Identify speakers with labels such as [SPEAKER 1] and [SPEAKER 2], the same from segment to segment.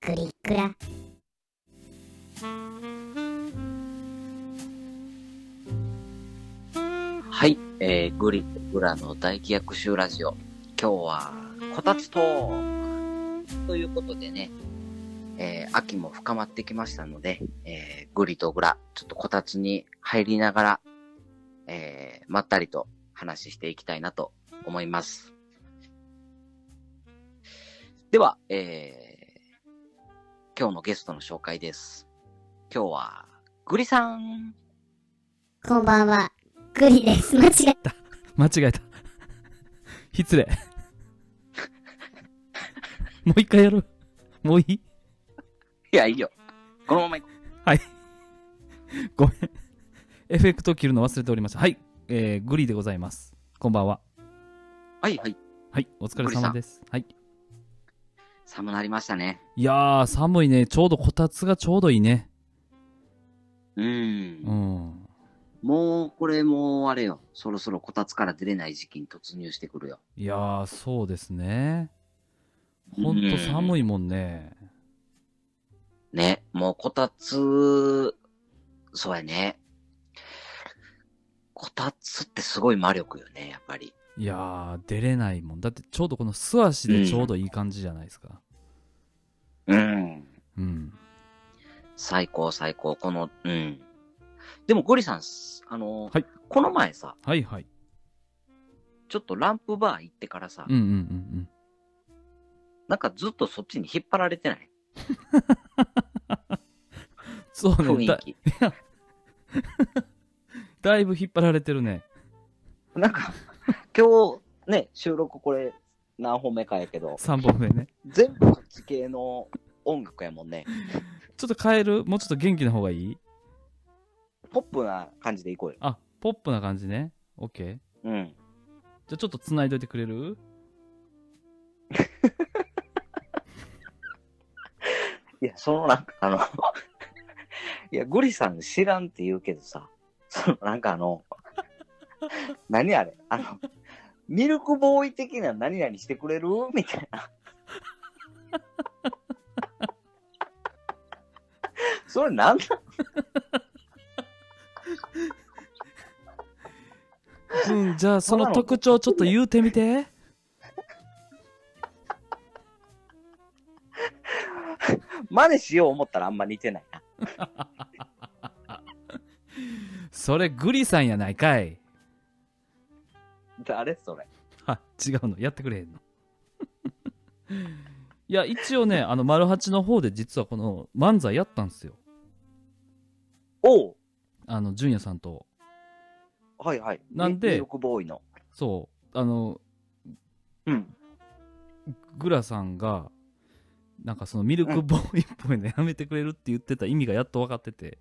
[SPEAKER 1] くりくら
[SPEAKER 2] はい、えー、グリグラの大気役集ラジオ。今日は、こたつトークということでね、えー、秋も深まってきましたので、えー、グリとグラ、ちょっとこたつに入りながら、えー、まったりと話していきたいなと思います。では、えー、今日のゲストの紹介です。今日は、グリさん
[SPEAKER 1] こんばんはくりです間違え
[SPEAKER 3] 間違えた。失礼。 もう一回やる。もういい
[SPEAKER 2] いや、いいよ。このまま行こう
[SPEAKER 3] ごめん。エフェクト切るの忘れておりました。はい。えー、グリでございます。こんばんは。
[SPEAKER 2] はいはい。
[SPEAKER 3] はい。お疲れ様です。はい。
[SPEAKER 2] 寒なりましたね。
[SPEAKER 3] いやー、寒いね。ちょうどこたつがちょうどいいね。
[SPEAKER 2] う。
[SPEAKER 3] うんん。
[SPEAKER 2] もう、これもうあれよ。そろそろこたつから出れない時期に突入してくるよ。
[SPEAKER 3] いやー、そうですね。ほんと寒いもんね。
[SPEAKER 2] ね。もうこたつ、そうやね。こたつってすごい魔力よね、やっぱり。
[SPEAKER 3] いやー、出れないもん。だってちょうどこの素足でちょうどいい感じじゃないですか。
[SPEAKER 2] うん。
[SPEAKER 3] うん。
[SPEAKER 2] 最高最高。この、うん。でもゴリさん、あの、
[SPEAKER 3] はい
[SPEAKER 2] この前さ、
[SPEAKER 3] はいはい。
[SPEAKER 2] ちょっとランプバー行ってからさ、
[SPEAKER 3] うんうんうんうん。
[SPEAKER 2] なんかずっとそっちに引っ張られてない
[SPEAKER 3] そう
[SPEAKER 2] 雰
[SPEAKER 3] ね。
[SPEAKER 2] 囲
[SPEAKER 3] だ
[SPEAKER 2] 気。
[SPEAKER 3] だいぶ引っ張られてるね。
[SPEAKER 2] なんか、今日ね、収録これ何本目かやけど、
[SPEAKER 3] 3本目ね。
[SPEAKER 2] 全部こっち系の音楽やもんね。
[SPEAKER 3] ちょっと変えるもうちょっと元気な方がいい
[SPEAKER 2] ポップな感じでいこうよ。
[SPEAKER 3] あ、ポップな感じね。オッケーじ
[SPEAKER 2] うん。
[SPEAKER 3] ゃあちょっと繋いどいてくれる
[SPEAKER 2] いや、そのなんかあの、 いや、ゴリさん知らんって言うけどさ、そのなんかあの、何あれあの、ミルクボーイ的な何々してくれるみたいな。それなんだ
[SPEAKER 3] うん、じゃあそ
[SPEAKER 2] そん
[SPEAKER 3] の
[SPEAKER 2] なの
[SPEAKER 3] 特徴ちょっと言うてみて。
[SPEAKER 2] 真似しよう思ったらあんま似てないな。
[SPEAKER 3] それグリさんやないかい。
[SPEAKER 2] 誰それ。
[SPEAKER 3] あ、違うの。やってくれへんの。 いや、一応ね、あの、丸八の方で実はこの漫才やったんですよ。
[SPEAKER 2] おう
[SPEAKER 3] あの、純也さんと。
[SPEAKER 2] はいはい。
[SPEAKER 3] なんで
[SPEAKER 2] ミルクボーイの。
[SPEAKER 3] そう。あの、
[SPEAKER 2] うん。
[SPEAKER 3] グラさんが、なんかそのミルクボーイっぽいのやめてくれるって言ってた意味がやっと分かっ てて。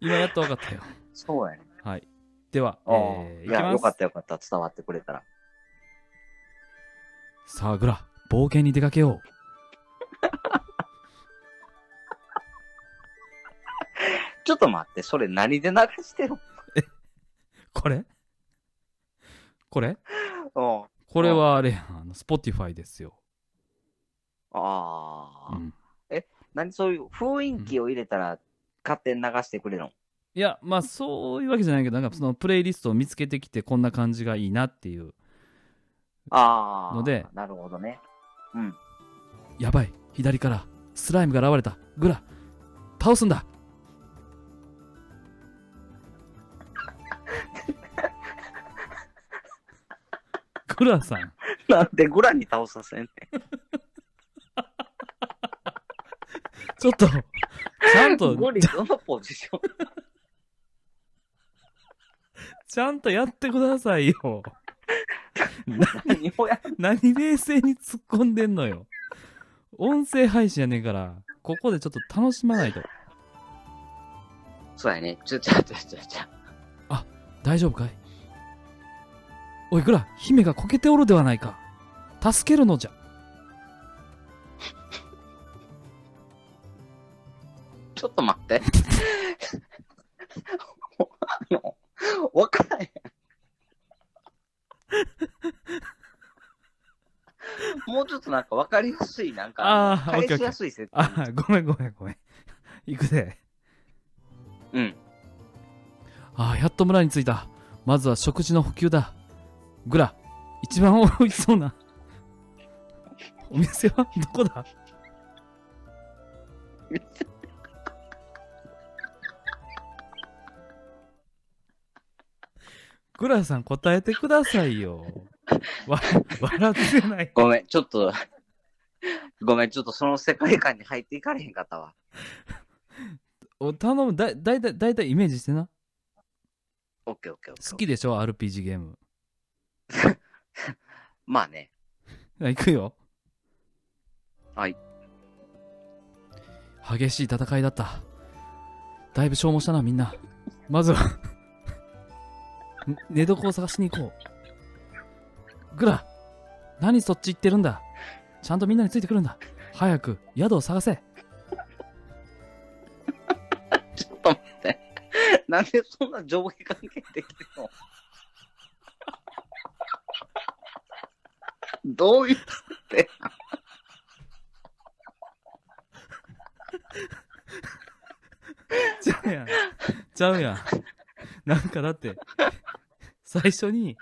[SPEAKER 3] 今やっと分かったよ。
[SPEAKER 2] そうやね。
[SPEAKER 3] はい。では、え
[SPEAKER 2] ああ
[SPEAKER 3] ー、い
[SPEAKER 2] い
[SPEAKER 3] き
[SPEAKER 2] や、よ
[SPEAKER 3] ま
[SPEAKER 2] かっ
[SPEAKER 3] す。
[SPEAKER 2] たよかった。伝わってくれたら。
[SPEAKER 3] さあ、グラ、冒険に出かけよう。
[SPEAKER 2] ちょっと待って、それ何で流してるの
[SPEAKER 3] これこれ
[SPEAKER 2] うん。
[SPEAKER 3] これはあれやん、あの、スポティファイですよ。
[SPEAKER 2] ああ、
[SPEAKER 3] うん。
[SPEAKER 2] 何そういう雰囲気を入れたら勝手に流してくれるの、
[SPEAKER 3] いや、まあ、そういうわけじゃないけど、なんかそのプレイリストを見つけてきて、こんな感じがいいなっていう。
[SPEAKER 2] ああ。
[SPEAKER 3] ので
[SPEAKER 2] なるほどね。うん。
[SPEAKER 3] やばい左からスライムが現れたグラ倒すんだグラさん
[SPEAKER 2] なんでグラに倒させんねん。
[SPEAKER 3] ちょっとちゃんと
[SPEAKER 2] ゴリどのポジション
[SPEAKER 3] ちゃんとやってくださいよ
[SPEAKER 2] 何をやる
[SPEAKER 3] 何冷静に突っ込んでんのよ音声配信やねんからここでちょっと楽しまないと
[SPEAKER 2] そうやね。ちょちょちょちょちょ。
[SPEAKER 3] 大丈夫かいおいグラ姫がこけておるではないか助けるのじゃ
[SPEAKER 2] ちょっと待って。 もうあのわからへん。ちょっとなんかわかりやすい、なん
[SPEAKER 3] あー
[SPEAKER 2] か、返
[SPEAKER 3] オッケ
[SPEAKER 2] し
[SPEAKER 3] ーオッケー
[SPEAKER 2] やすい設定。
[SPEAKER 3] あ、ごめんごめんごめん。行くで。
[SPEAKER 2] うん。
[SPEAKER 3] ああ、やっと村に着いた。まずは食事の補給だ。グラ、一番美味しそうな。お店はどこだグラさん答えてくださいよ。わ、笑ってない。
[SPEAKER 2] ごめん、ちょっと、 ごめん、ちょっとその世界観に入っていかれへんかったわ。
[SPEAKER 3] お頼む、だ、だいたい、だいたいイメージしてな。
[SPEAKER 2] オッケーオッケーオッケー。
[SPEAKER 3] 好きでしょ ?RPG ゲーム。
[SPEAKER 2] まあね。
[SPEAKER 3] あ 行くよ。
[SPEAKER 2] はい。
[SPEAKER 3] 激しい戦いだった。だいぶ消耗したな、みんな。まずは、寝床を探しに行こう。グラ、何そっち行ってるんだ。ちゃんとみんなについてくるんだ。早く、宿を探せ。
[SPEAKER 2] ちょっと待って。 なんでそんな上下関係できるの どういうって。
[SPEAKER 3] ちゃうやん。ちゃうやん。なんかだって、最初に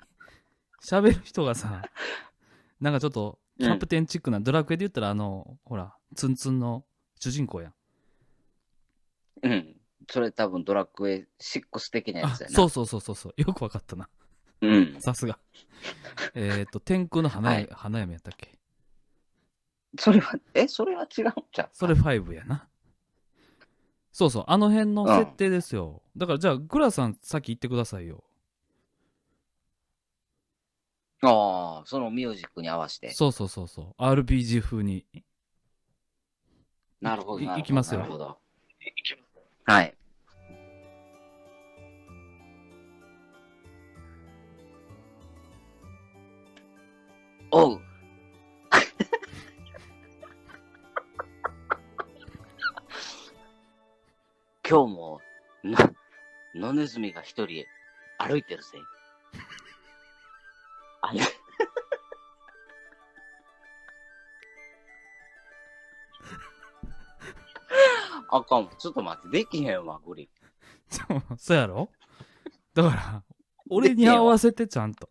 [SPEAKER 3] 喋る人がさ、なんかちょっと、キャプテンチックな、ドラクエで言ったらあの、ほら、ツンツンの主人公やん。
[SPEAKER 2] うん。それ多分ドラクエ6的なや
[SPEAKER 3] あ
[SPEAKER 2] つやな。。
[SPEAKER 3] そううそうそうそうそう。よくわかったな。
[SPEAKER 2] うん。
[SPEAKER 3] さすが。えっと、天空の花,、
[SPEAKER 2] はい
[SPEAKER 3] 花嫁やったっけ
[SPEAKER 2] それは、え、それは違うんちゃう
[SPEAKER 3] それ5やな。そうそう、あの辺の設定ですよ。だからじゃあ、グラさん、さっき言ってくださいよ。
[SPEAKER 2] ああ、そのミュージックに合わせて。
[SPEAKER 3] そうそうそうそう。RPG 風に。
[SPEAKER 2] なるほど
[SPEAKER 3] い
[SPEAKER 2] なるほど。
[SPEAKER 3] いきますよ
[SPEAKER 2] なるほど。はい。おう。 今日も、な、野ネズミが一人歩いてるぜ。あれあかん。ちょっと待って。できへんわ、グリ。
[SPEAKER 3] ちょそうやろだから、俺に合わせてちゃんと。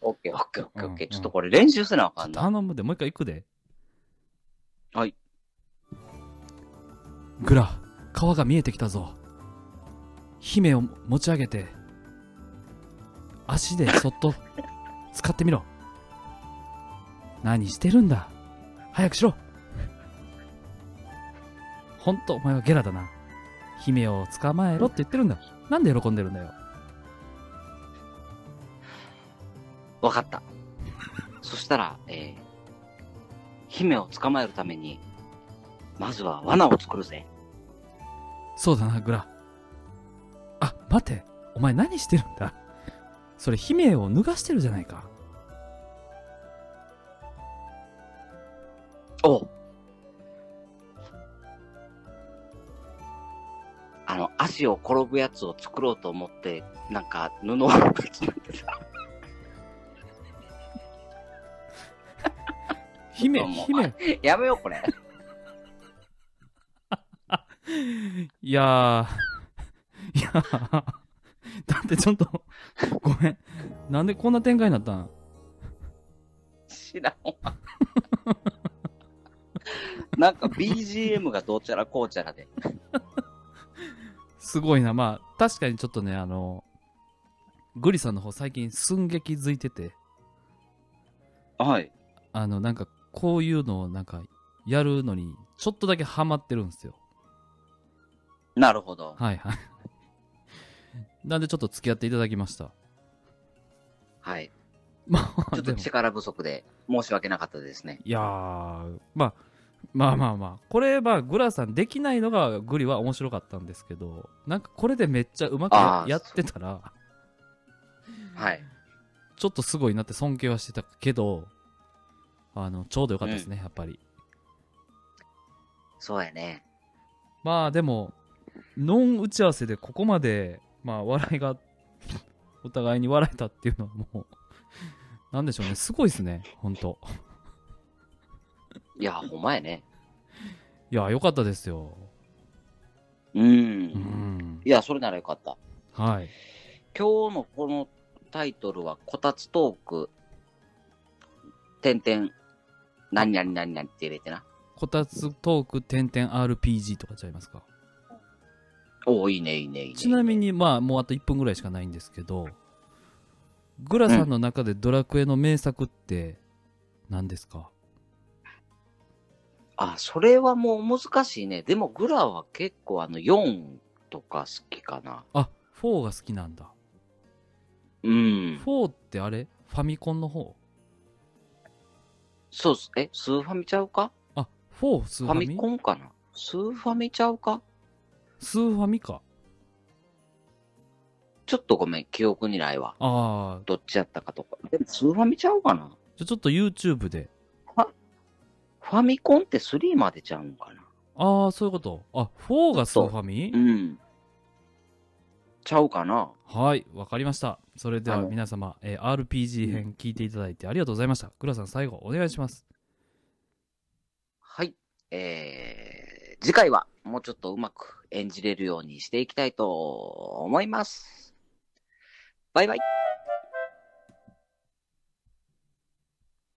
[SPEAKER 2] オッケーオッケーオッケーオッケ
[SPEAKER 3] うん
[SPEAKER 2] ー。ちょっとこれ練習せなあかんな。
[SPEAKER 3] 頼むで、もう一回行くで。
[SPEAKER 2] はい。
[SPEAKER 3] グラ、川が見えてきたぞ。姫を持ち上げて、足でそっと、使ってみろ。何してるんだ早くしろほんと、お前はゲラだな。姫を捕まえろって言ってるんだ。なんで喜んでるんだよ。
[SPEAKER 2] わかった。そしたら、えー、姫を捕まえるために、まずは罠を作るぜ。
[SPEAKER 3] そうだな、グラ。あ、待って。お前何してるんだそれ、姫を脱がしてるじゃないか。
[SPEAKER 2] おうあの、足を転ぶやつを作ろうと思って、なんか、布を
[SPEAKER 3] 姫、
[SPEAKER 2] どうも
[SPEAKER 3] 姫。
[SPEAKER 2] やめよう、これ。
[SPEAKER 3] いやー。いやー。だってちょっと、ごめん。なんでこんな展開になったん
[SPEAKER 2] 知らんわ。なんか BGM がどうちゃらこうちゃらで。
[SPEAKER 3] すごいな。まあ、確かにちょっとね、あの、グリさんの方最近寸劇づいてて、
[SPEAKER 2] はい。
[SPEAKER 3] あの、なんかこういうのをなんかやるのに、ちょっとだけハマってるんですよ。
[SPEAKER 2] なるほど。
[SPEAKER 3] はいはい。なんでちょっと付き合っていただきました。
[SPEAKER 2] はい。
[SPEAKER 3] まあ、
[SPEAKER 2] ちょっと
[SPEAKER 3] でも
[SPEAKER 2] 力不足で申し訳なかったですね。
[SPEAKER 3] いやー、まあ、まあまあまあ、これ、まあ、グラさんできないのがグリは面白かったんですけど、なんかこれでめっちゃうまくや
[SPEAKER 2] あー
[SPEAKER 3] やってたら、
[SPEAKER 2] はい。
[SPEAKER 3] ちょっとすごいなって尊敬はしてたけど、あの、ちょうどよかったですね、やっぱり。
[SPEAKER 2] そうやね。
[SPEAKER 3] まあでも、ノン打ち合わせでここ まで、まあ、笑いが、お互いに笑えたっていうのはもう、なんでしょうね。すごいですね。ほんと。
[SPEAKER 2] い や、ほんまやね。
[SPEAKER 3] いや、良かったですよ。
[SPEAKER 2] うん。
[SPEAKER 3] うん。
[SPEAKER 2] いや、それならよかった。
[SPEAKER 3] はい。
[SPEAKER 2] 今日のこのタイトルは、こたつトーク、点々、何々何々って入れてな。
[SPEAKER 3] こたつトーク点々 RPG とかちゃいますか。
[SPEAKER 2] おお、いいね、いいね、いいね。
[SPEAKER 3] ちなみに、まあ、もうあと1分ぐらいしかないんですけど、グラさんの中でドラクエの名作って何ですか、
[SPEAKER 2] あ、それはもう難しいね。でも、グラは結構あの、4とか好きかな。
[SPEAKER 3] あ、4が好きなんだ。
[SPEAKER 2] うん。
[SPEAKER 3] 4ってあれファミコンの方
[SPEAKER 2] そうっす。え、スーファミちゃうか
[SPEAKER 3] あ、4スー
[SPEAKER 2] ファ
[SPEAKER 3] ファミ
[SPEAKER 2] ミコンかなスーファミちゃうか
[SPEAKER 3] スーファミか。
[SPEAKER 2] ちょっとごめん、記憶にないわ。
[SPEAKER 3] ああ、
[SPEAKER 2] どっちやったかとか。でも、スーファミちゃうかな
[SPEAKER 3] じゃあちょっと YouTube で。
[SPEAKER 2] ファミコンって3までちゃうんかな
[SPEAKER 3] ああ、そういうこと。あ、4がスーファミ
[SPEAKER 2] うん。ちゃうかな
[SPEAKER 3] はい、わかりました。それでは
[SPEAKER 2] あの
[SPEAKER 3] 皆様、えー RPG 編聞いていただいてありがとうございました。グラさん、最後お願いします。
[SPEAKER 2] はい。えー、次回はもうちょっとうまく演じれるようにしていきたいと思います。バイバイ。